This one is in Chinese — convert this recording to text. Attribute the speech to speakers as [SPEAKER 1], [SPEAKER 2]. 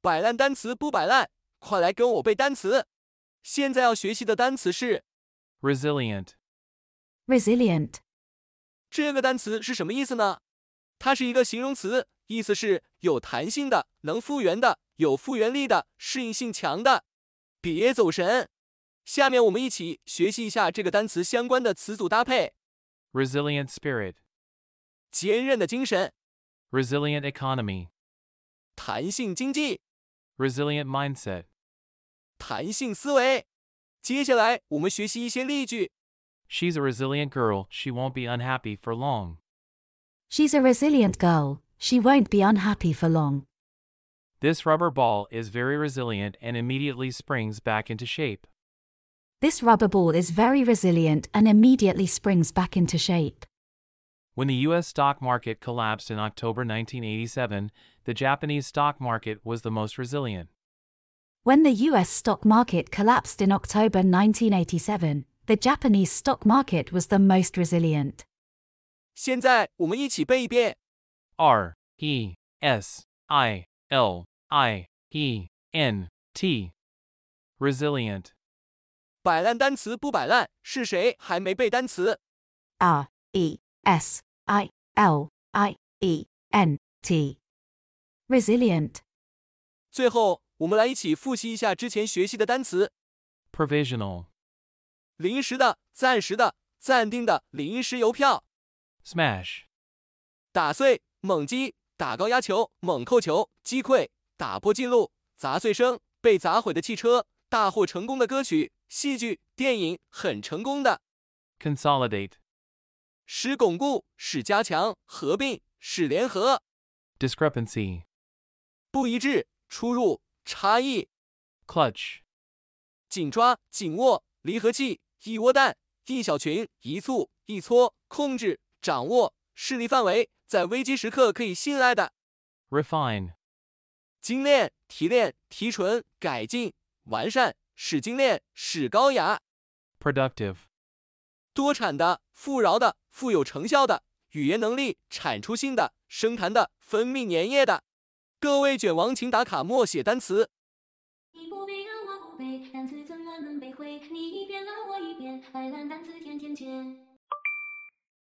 [SPEAKER 1] 摆烂单词不摆烂，快来跟我背单词。现在要学习的单词是
[SPEAKER 2] resilient,
[SPEAKER 3] resilient,
[SPEAKER 1] 这个单词是什么意思呢？它是一个形容词，意思是有弹性的、能复原的、有复原力的、适应性强的。别走神，下面我们一起学习一下这个单词相关的词组搭配：
[SPEAKER 2] resilient spirit,
[SPEAKER 1] 坚韧的精神、
[SPEAKER 2] resilient economy,
[SPEAKER 1] 弹性经济、
[SPEAKER 2] resilient mindset,
[SPEAKER 1] 弹性思维。接下来我们学习一些例句。
[SPEAKER 2] She's a resilient girl, she won't be unhappy for long.
[SPEAKER 3] she's a resilient girl, she won't be unhappy for long.
[SPEAKER 2] This rubber ball is very resilient and immediately springs back into shape.
[SPEAKER 3] This rubber ball is very resilient and immediately springs back into shape.
[SPEAKER 2] When the U.S. stock market collapsed in October 1987, the Japanese stock market was the most resilient.
[SPEAKER 3] When the US stock market collapsed in October 1987, the Japanese stock market was the most resilient.
[SPEAKER 1] 现在我们一起背一遍。
[SPEAKER 2] R E S I L I E N T. Resilient.
[SPEAKER 1] 摆烂单词不摆烂，是谁还没背单词？
[SPEAKER 3] R E S I L I E N T. Resilient.
[SPEAKER 1] 最后，我们来一起复习一下之前学习的单词：
[SPEAKER 2] Provisional.
[SPEAKER 1] 临时的、暂时的、暂定的、临时邮票、
[SPEAKER 2] Smash.
[SPEAKER 1] 打碎、猛击、打高压球、猛扣球、击溃、打破记录、砸碎声、被砸毁的汽车、大获成功的歌曲、戏剧、电影很成功的。
[SPEAKER 2] Consolidate.
[SPEAKER 1] 使巩固、使加强、合并、使联合、
[SPEAKER 2] Discrepancy.
[SPEAKER 1] 不一致、出入、差异、
[SPEAKER 2] Clutch.
[SPEAKER 1] 紧抓、紧握、离合器、一窝蛋、一小群、一簇、一撮、控制、掌握、势力范围，在危机时刻可以信赖的。
[SPEAKER 2] Refine.
[SPEAKER 1] 精炼、提炼、提纯、改进、完善、使精炼、使高雅、
[SPEAKER 2] Productive.
[SPEAKER 1] 多产的、富饶的、富有成效的、语言能力、产出性的、生痰的、分泌粘液的。各位卷王，请打卡默写单词。
[SPEAKER 4] 你不背啊，我不背，单词怎么能背会？你一遍啊，我一遍，白烂单词天天见。